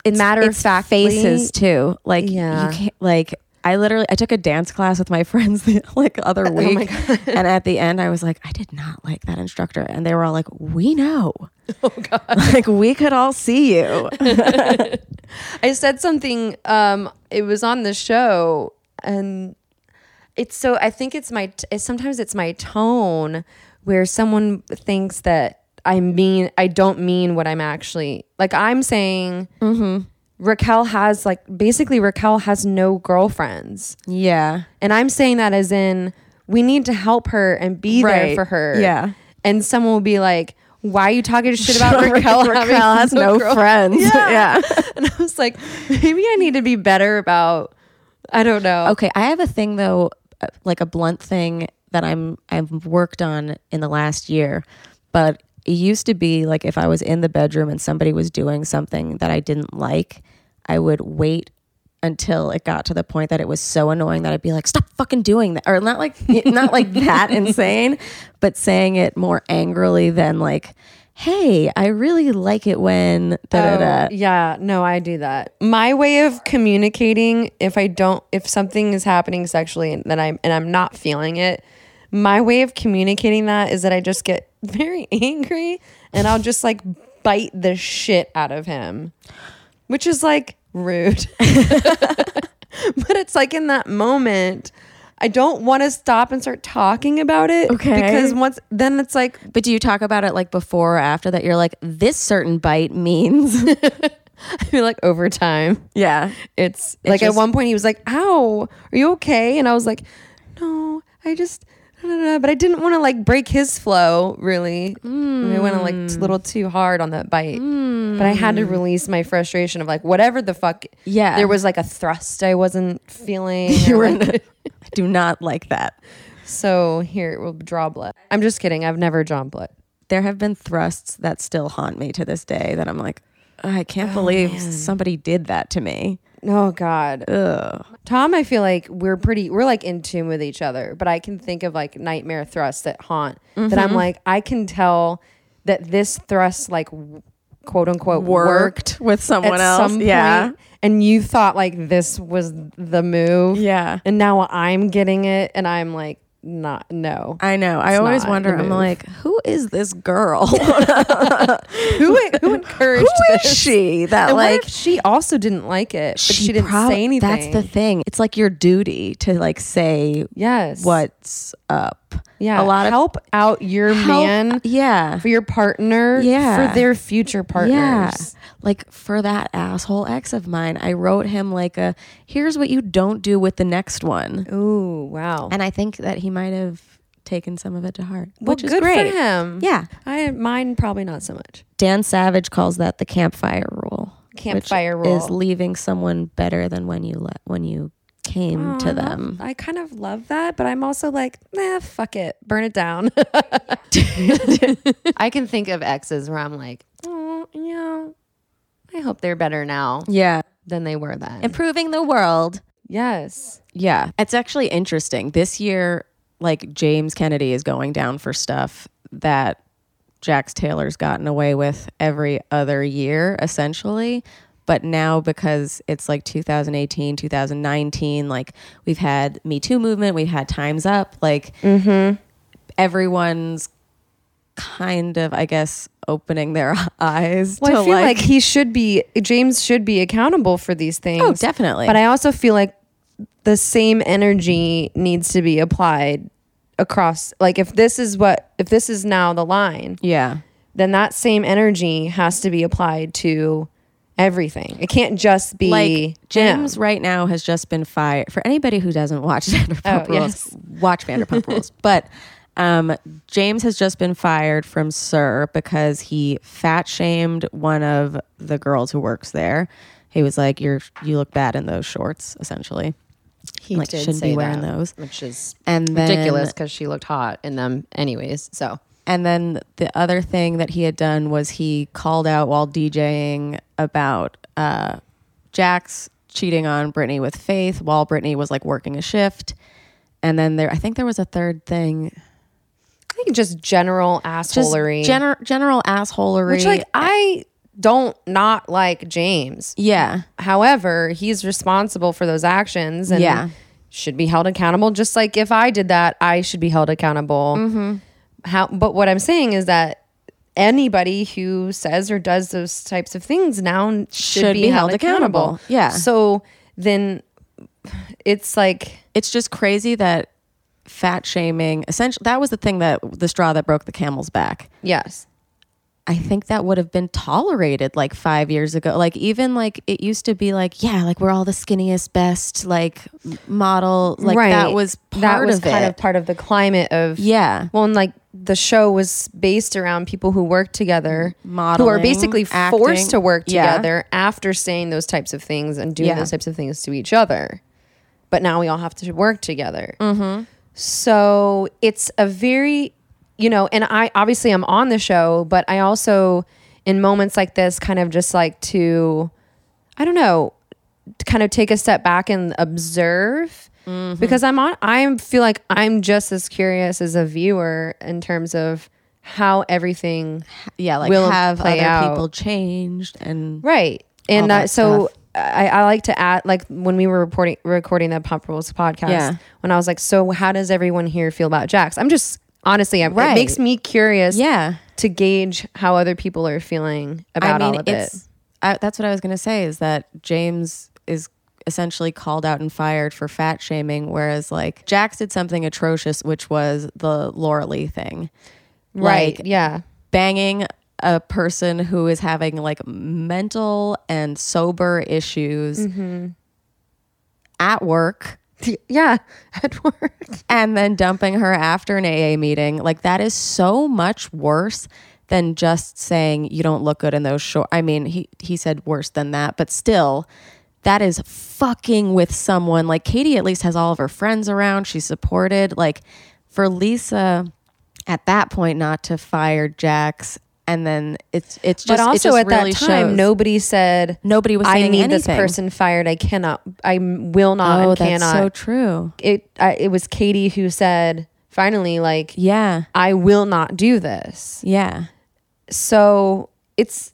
It's matter of
it's
fact
faces too. Like
Yeah.
you can't like I literally I took a dance class with my friends the, like other week,
Oh my God.
and at the end I was like, I did not like that instructor, and they were all like, We know, oh god, like we could all see you.
I said something. Um, it was on the show, and it's so. I think it's my. T- sometimes it's my tone where someone thinks that I mean, I don't mean what I'm actually like. I'm saying
Mm-hmm.
Raquel has like basically Raquel has no girlfriends,
Yeah.
and I'm saying that as in we need to help her and be
Right.
there for her.
Yeah.
and someone will be like, "Why are you talking shit about Raquel? having
Raquel has no
girl-"
friends.
Yeah. and I was like, maybe I need to be better about. I don't know.
Okay, I have a thing though, uh, like a blunt thing that I'm I've worked on in the last year, but it used to be like if I was in the bedroom and somebody was doing something that I didn't like, I would wait until it got to the point that it was so annoying that I'd be like, "Stop fucking doing that," or not like not like that insane, but saying it more angrily than like. Hey, I really like it when da da da.
Oh, yeah, no, I do that. My way of communicating if I don't if something is happening sexually and then I'm and I'm not feeling it, my way of communicating that is that I just get very angry and I'll just like bite the shit out of him. Which is like rude. but it's like in that moment I don't want to stop and start talking about it
Okay.
because once then it's like
But do you talk about it like before or after that? You're like, this certain bite means.
I feel like over time
Yeah.
It's like
just-
at one point he was like, "Ow, are you okay?" And I was like, "No, I just." da, da, da." But I didn't want to like break his flow, really. I went on like a little too hard on that bite. But I had
Mm.
to release my frustration of like whatever the fuck.
Yeah.
there was like a thrust I wasn't feeling.
You
or,
were
like-
I do not like that.
so here it will draw blood. I'm just kidding. I've never drawn blood.
There have been thrusts that still haunt me to this day that I'm like, I can't believe somebody did that to me.
Oh God,
Ugh.
Tom. I feel like we're pretty. We're like in tune with each other. But I can think of like nightmare thrusts that haunt. That I'm like, I can tell that this thrust, like, w- quote unquote, worked.
with someone
at
else.
some
yeah.
point, and you thought like this was the move.
Yeah.
And now I'm getting it, and I'm like, not no.
I know. I
It's
always
not
wonder.
the
I'm
move.
like, who is this girl?
who who encouraged
who is
this?
she? That
And what
like
if she also didn't like it, but she, didn't
prob-
say anything.
That's the thing. It's like your duty to like say
yes.
what's up.
Yeah.
a lot of
help out your
help-
man
Yeah.
for your partner.
Yeah.
For their future partners.
Yeah. Like for that asshole ex of mine, I wrote him like a here's what you don't do with the next one.
Ooh, wow.
And I think that he might have taken some of it to heart.
well,
Which
good
is great.
for him.
Yeah.
I mine probably not so much.
Dan Savage calls that the campfire rule.
Campfire
which Is
rule.
leaving someone better than when you let when you came
Aw, I
to
love-
them.
I kind of love that, but I'm also like, nah, fuck it, burn it down. I can think of exes where I'm like, oh, yeah, I hope they're better now
Yeah.
than they were then.
Improving the world.
yes.
Yeah. It's actually interesting. This year, like James Kennedy is going down for stuff that Jax Taylor's gotten away with every other year, essentially. But now, because it's like 2018, 2019, like we've had Me Too movement, we've had Time's Up, like Mm-hmm. everyone's kind of, I guess, opening their eyes
Well,
to
I feel like,
like,
he should be James should be accountable for these things.
oh, definitely.
But I also feel like the same energy needs to be applied across like if this is what if this is now the line,
yeah.
then that same energy has to be applied to everything. It can't just be
like James
him.
right now has just been fired. For anybody who doesn't watch Vanderpump
Oh,
Rules, watch Vanderpump Rules. But um, James has just been fired from Sir because he fat shamed one of the girls who works there. He was like, "You're you look bad in those shorts," essentially,
He
like, shouldn't be wearing those.
which is
and then,
ridiculous because she looked hot in them, anyways. So
And then the other thing that he had done was he called out while DJing about uh, Jax cheating on Brittany with Faith while Brittany was like working a shift. And then there, I think there was a third thing,
I think just general
just
assholery,
gener- general assholery.
which like I don't not like James.
yeah,
However, he's responsible for those actions and
Yeah.
should be held accountable. Just like if I did that, I should be held accountable.
Mm-hmm.
How? But what I'm saying is that anybody who says or does those types of things now should,
Should
be,
be
held,
held accountable.
accountable.
Yeah.
So then it's like
it's just crazy that fat shaming. Essentially, that was the thing that the straw that broke the camel's back.
yes,
I think that would have been tolerated like five years ago. Like even like it used to be like, yeah, like we're all the skinniest, best like m- model. Like that was part
that was
of
kind
it.
of part of the climate of
yeah.
Well, and like the show was based around people who work
Mm-hmm.
together, who are
Modeling,
basically
acting.
forced to work
Yeah.
together after saying those types of things and doing
Yeah.
those types of things to each other. But now we all have to work together.
Mm-hmm.
So it's a very, you know, and I obviously I'm on the show, but I also, in moments like this, kind of just like to, I don't know, to kind of take a step back and observe
Mm-hmm.
because I'm on, I feel like I'm just as curious as a viewer in terms of how everything
Yeah. Like
will
have
play
other
out.
people changed and
Right. And
that
uh, so
stuff.
I, I like to add, like when we were reporting, recording the Pop Rules podcast,
Yeah.
when I was like, so how does everyone here feel about Jax? I'm just, honestly, I'm, it
Right.
makes me curious
yeah.
to gauge how other people are feeling about all of it.
I, that's what I was going to say is that James is essentially called out and fired for fat shaming, whereas like Jax did something atrocious, which was the Laura Lee thing.
Right.
Like,
yeah.
banging a person who is having like mental and sober issues at work
Yeah. At work.
and then dumping her after an AA meeting. Like that is so much worse than just saying you don't look good in those shorts. I mean, he he said worse than that, but still that is fucking with someone. Like Katie at least has all of her friends around. She's supported. Like for Lisa at that point not to fire Jax and then it's it's just
but
it
also
just
at
really
that time,
shows.
nobody said,
nobody was
I
saying
need
anything.
this person fired. I cannot, I will not,
Oh,
and
that's
cannot.
so true.
it, I, it was Katie who said, finally, like,
Yeah.
I will not do this.
Yeah.
so it's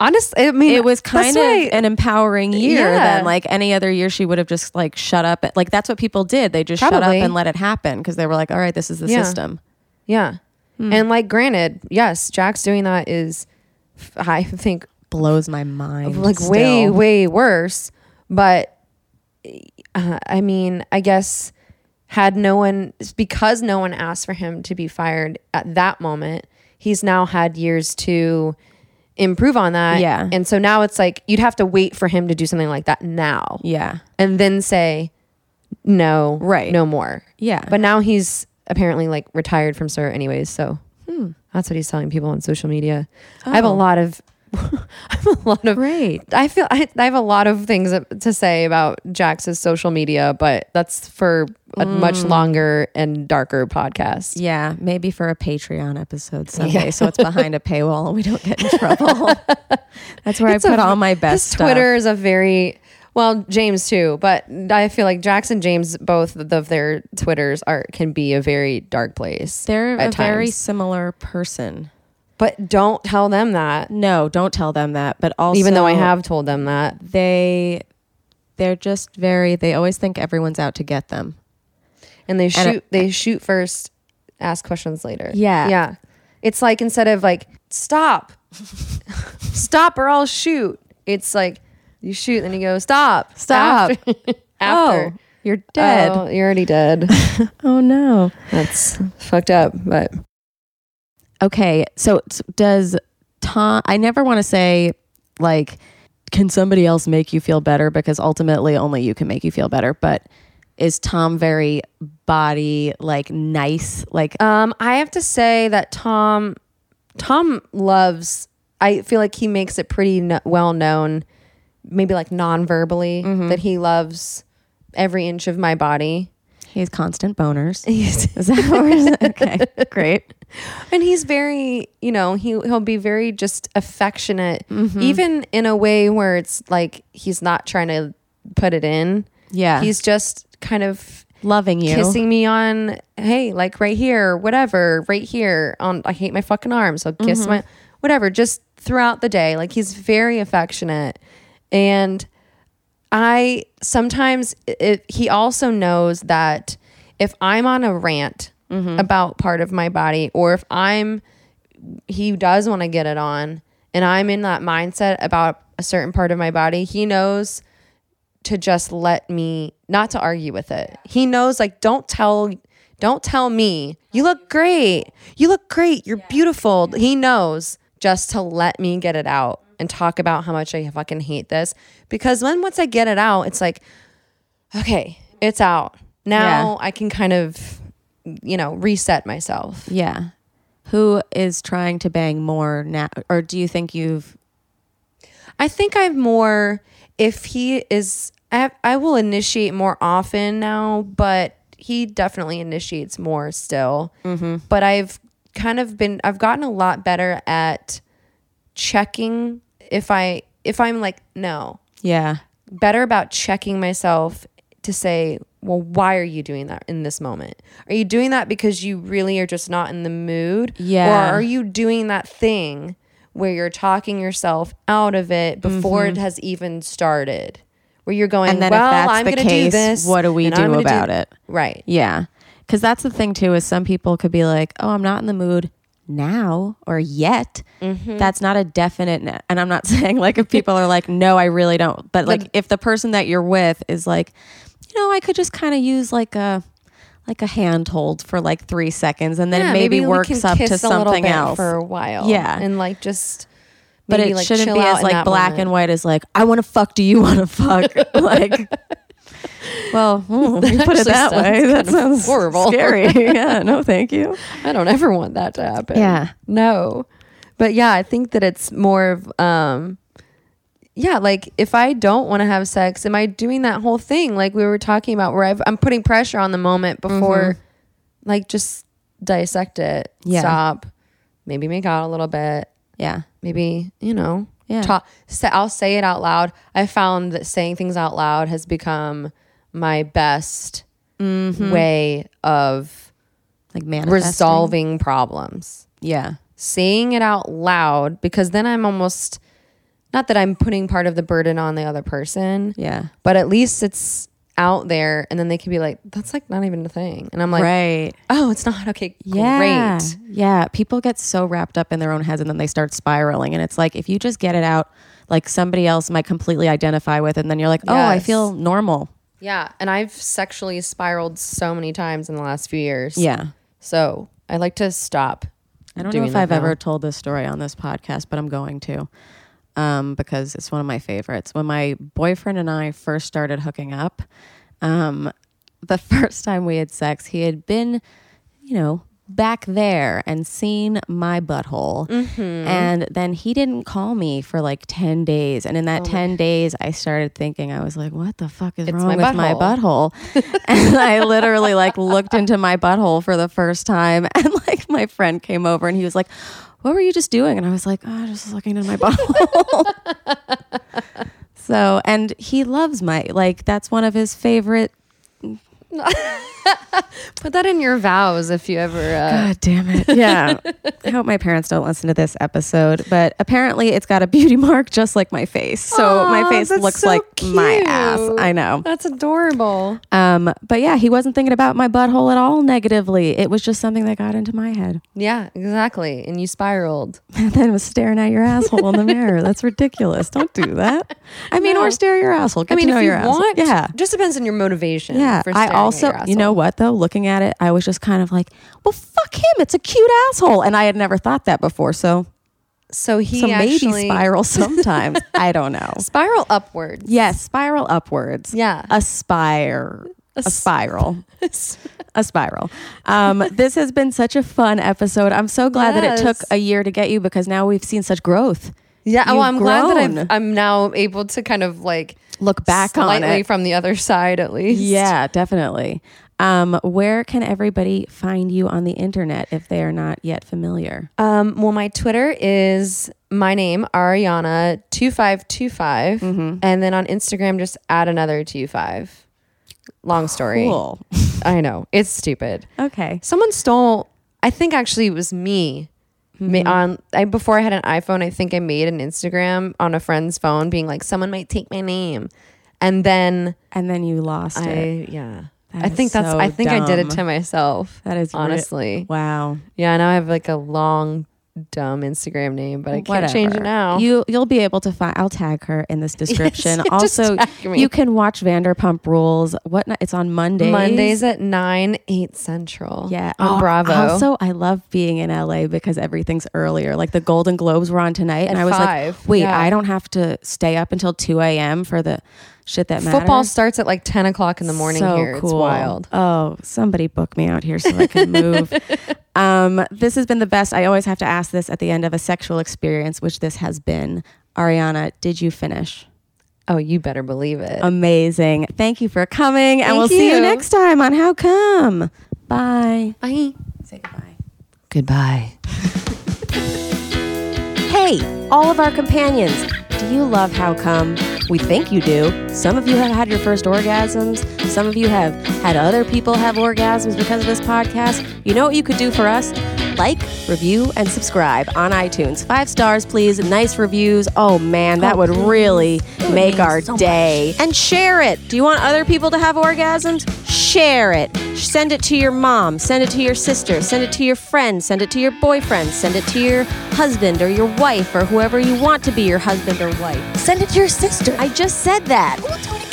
honest i mean
it was kind
that's
of
why-
an empowering year
Yeah.
than like any other year she would have just like shut up like that's what people did they just shut
Probably.
up and let it happen because they were like all right this is the
Yeah.
system
yeah
Hmm.
and like granted yes jack's doing that is i think
blows my mind
like
still.
way way worse but uh, i mean i guess had no one because no one asked for him to be fired at that moment he's now had years to improve on that
Yeah.
and so now it's like you'd have to wait for him to do something like that now
yeah
and then say no
Right.
no more
yeah
But now he's apparently like retired from Sir, anyways. So that's what he's telling people on social media. I have a
Oh.
lot of, I have a lot of.
great
I feel I, I have a lot of things to say about Jax's social media, but that's for a much longer and darker podcast.
yeah maybe for a patreon episode someday so it's behind a paywall and we don't get in trouble that's where
It's
i put
a-
all my
His
best stuff.
Twitter is a very well James too, but I feel like Jax and James both of their Twitters are can be a very dark place.
they're
at
a very
times.
similar person
but don't tell them that.
no don't tell them that but also
even though I have told them that.
they they're just very they always think everyone's out to get them
And they shoot
And
they shoot first, ask questions later.
Yeah.
Yeah. It's like instead of like, stop. stop or I'll shoot. It's like you shoot, then you go, stop.
Stop.
After, after.
Oh, you're dead.
Oh, you're already dead.
Oh no.
That's fucked up. But
Okay, so t- does Tom? I never want to say like, can somebody else make you feel better? Because ultimately, only you can make you feel better. But is Tom very body like nice? Like,
um I have to say that Tom Tom loves I feel like he makes it pretty kn- well known, maybe like non verbally, that he loves every inch of my body.
he has constant boners. Is that what we're saying? Okay, great.
and he's very you know he, he'll be very just affectionate even in a way where it's like he's not trying to put it in
Yeah, he's
he's just kind of
loving you.
kissing me on hey like right here whatever right here on i hate my fucking arm so kiss my whatever just throughout the day like he's very affectionate and i sometimes it, he also knows that if i'm on a rant about part of my body or if i'm he does want to get it on and i'm in that mindset about a certain part of my body he knows to just let me not to argue with it. He knows like don't tell don't tell me. You look great. You look great. You're beautiful. He knows. just to let me get it out and talk about how much I fucking hate this. Because then once I get it out, it's like, okay, it's out. Now I can kind of, you know, reset myself.
Yeah. Who is trying to bang more now? Or do you think you've.
I think I'm more if he is I, I will initiate more often now, but he definitely initiates more still. But I've kind of been I've gotten a lot better at checking if I if I'm like no,
Yeah.
better about checking myself to say, well, why are you doing that in this moment? Are you doing that because you really are just not in the mood?
Yeah.
Or are you doing that thing where you're talking yourself out of it before it has even started? Where you're going,
Mm-hmm. And then
well,
if that's
I'm
the
going to do
case,
this.
what do we
and I'm
do
gonna
about it?
Right.
Yeah. Because that's the thing, too, is some people could be like, oh, I'm not in the mood now or yet.
Mm-hmm.
That's not a definite. ne- And I'm not saying like if people are like, no, I really don't. But like if the person that you're with is like, you know, I could just kind of use like a. Like a handhold for like three seconds, and then
Yeah,
maybe,
we
works
can
up to
kiss a little
something
bit
else
for a while.
Yeah.
And like just.
but
maybe,
it
like,
shouldn't
chill
be
out
as
in
like
that
black
moment.
and white as like I want to fuck. Do you want to fuck? like, well, hmm, you put
actually
it that
sounds
way. That
kind of
sounds
horrible.
Scary. yeah. No, thank you.
I don't ever want that to happen.
Yeah.
No. But yeah, I think that it's more of um yeah, like if I don't want to have sex, am I doing that whole thing like we were talking about where I've, I'm putting pressure on the moment before like just dissect it,
Mm-hmm. Yeah.
stop, maybe make out a little bit,
Yeah.
maybe, you know,
Yeah.
talk, say, I'll say it out loud. I found that saying things out loud has become my best
Mm-hmm.
way of
Like man
resolving problems
Yeah.
saying it out loud because then I'm almost not that I'm putting part of the burden on the other person,
Yeah.
but at least it's out there and then they can be like, that's like not even a thing. And I'm like,
right.
oh, it's not. Okay,
Yeah.
great.
Yeah. People get so wrapped up in their own heads and then they start spiraling. And it's like, if you just get it out, like somebody else might completely identify with, it, and then you're like, oh, I
Yes.
feel normal.
Yeah. And I've sexually spiraled so many times in the last few years.
Yeah.
So I like to stop.
I don't know
doing
if
that
I've
now.
ever told this story on this podcast, but I'm going to um, because it's one of my favorites. When my boyfriend and I first started hooking up, um, the first time we had sex, he had been, you know, back there and seen my butthole.
Mm-hmm.
And then he didn't call me for like 10 days. And in that 10 days, I started thinking, I was like, what the fuck is
Oh It's my
wrong with my butthole? and I literally like looked into my butthole for the first time. And like my friend came over and he was like, what were you just doing? And I was like, oh, just looking at my butthole. so, and he loves my, like, that's one of his favorite.
Put that in your vows if you ever. Uh,
God damn it. Yeah. I hope my parents don't listen to this episode, but apparently it's got a beauty mark just like my face. So my
Aw,
face
that's
looks
so
like my ass.
cute.
I know.
that's adorable.
Um, but yeah, he wasn't thinking about my butthole at all negatively. It was just something that got into my head.
Yeah, exactly. And you spiraled.
And then was staring at your asshole in the mirror. That's ridiculous. Don't do that. I mean, or
No.
stare at your asshole. Get
I mean,
to know
if you
your asshole.
want,
Yeah.
just depends on your motivation.
Yeah,
for
I
staring at
also,
your
you know
asshole.
what though, looking at it, I was just kind of like, well, fuck him, it's a cute asshole, and I had never thought that before. So,
So he
so maybe
actually
spiral sometimes. I don't know.
spiral upwards.
Yes, spiral upwards.
Yeah.
aspire, a spiral, a spiral. Um, this has been such a fun episode. I'm so glad that it took
Yes.
a year to get you because now we've seen such growth.
Yeah. Well,
You've
I'm glad that
grown.
I've, I'm now able to kind of like
Look back on
slightly
it.
from the other side at least.
Yeah, definitely. Um, where can everybody find you on the internet if they are not yet familiar?
Um, well, my Twitter is my name Ariana two five two five,
Mm-hmm.
and then on Instagram just add another two five. Long story.
Cool.
I know it's stupid.
Okay.
Someone stole. I think actually it was me. Ma-
Mm-hmm.
on I before I had an iPhone, I think I made an Instagram on a friend's phone, being like, "Someone might take my name," and then
And then you lost it.
I yeah.
That
I
is
think that's.
so
I think I did it
dumb.
to myself.
That is ri-
honestly.
Wow.
yeah, now I have like a long dumb Instagram name, but I can't
Whatever.
change it now.
You you'll be able to find. I'll tag her in this description.
just
also,
tag me.
you can watch Vanderpump Rules. What ni- it's on Mondays.
Mondays at nine, eight central.
Yeah.
On
Oh,
Bravo.
Also, I love being in LA because everything's earlier. Like the Golden Globes were on tonight, and
At
I was
five,
like, wait,
yeah.
I don't have to stay up until two a.m. for the shit that matters.
Football starts at like 10 o'clock in the morning
so
here.
Cool.
It's wild.
Oh, somebody book me out here so I can move. um, this has been the best. I always have to ask this at the end of a sexual experience, which this has been. Ariana, did you finish?
Oh, you better believe it.
Amazing. Thank you for coming, and
Thank
we'll see
you.
you next time on How Come. Bye.
Bye.
Say goodbye.
Goodbye.
Hey, all of our companions, do you love How Come? We think you do. Some of you have had your first orgasms. Some of you have had other people have orgasms because of this podcast. You know what you could do for us? Like, review, and subscribe on iTunes. Five stars, please. Nice reviews. Oh man, that would really make our day. And share it. Do you want other people to have orgasms? Share it. Send it to your mom. Send it to your sister. Send it to your friend. Send it to your boyfriend. Send it to your husband or your wife or whoever you want to be your husband or wife.
Send it to your sister.
I just said that.
will do it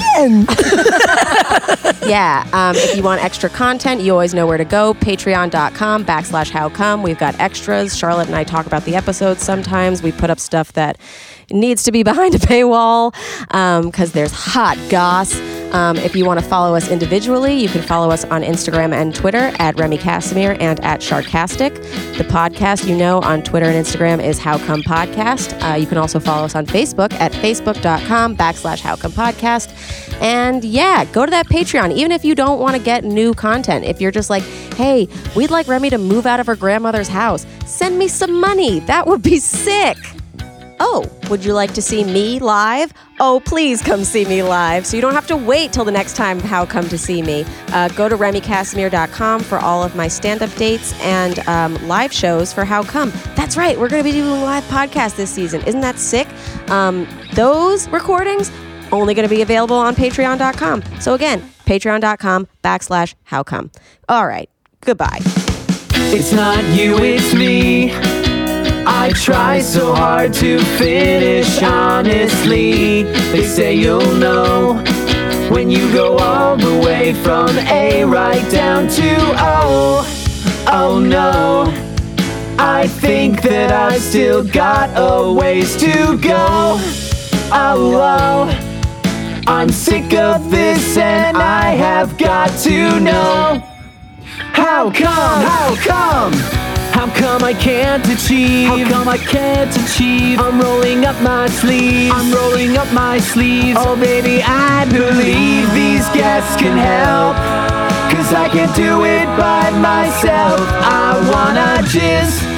again.
yeah. Um, if you want extra content, you always know where to go. Patreon.com backslash how come. We've got extras. Charlotte and I talk about the episodes sometimes. We put up stuff that needs to be behind a paywall because there's hot goss. Um, if you want to follow us individually, you can follow us on Instagram and Twitter at Remy Casimir and at Sharkastic. The podcast you know on Twitter and Instagram is How Come Podcast. Uh, you can also follow us on Facebook at facebook.com backslash How Come Podcast. And yeah, go to that Patreon, even if you don't want to get new content. If you're just like, hey, we'd like Remy to move out of her grandmother's house, send me some money. That would be sick. Oh, would you like to see me live? Oh, please come see me live so you don't have to wait till the next time how come to see me. Uh, go to remycasimir.com for all of my stand up dates and um, live shows for How Come. That's right, we're going to be doing live podcasts this season. Isn't that sick? Um, those recordings only going to be available on patreon.com. So again, patreon.com backslash how come. All right, goodbye.
It's not you, it's me. I try so hard to finish honestly. They say you'll know when you go all the way from A right down to O. Oh no, I think that I still got a ways to go. Oh, oh. I'm sick of this and I have got to know. How come? How come? How come I can't achieve? How come I can't achieve? I'm rolling up my sleeves. I'm rolling up my sleeves. Oh baby, I believe these guests can help. Cause I can't do it by myself. I wanna jizz.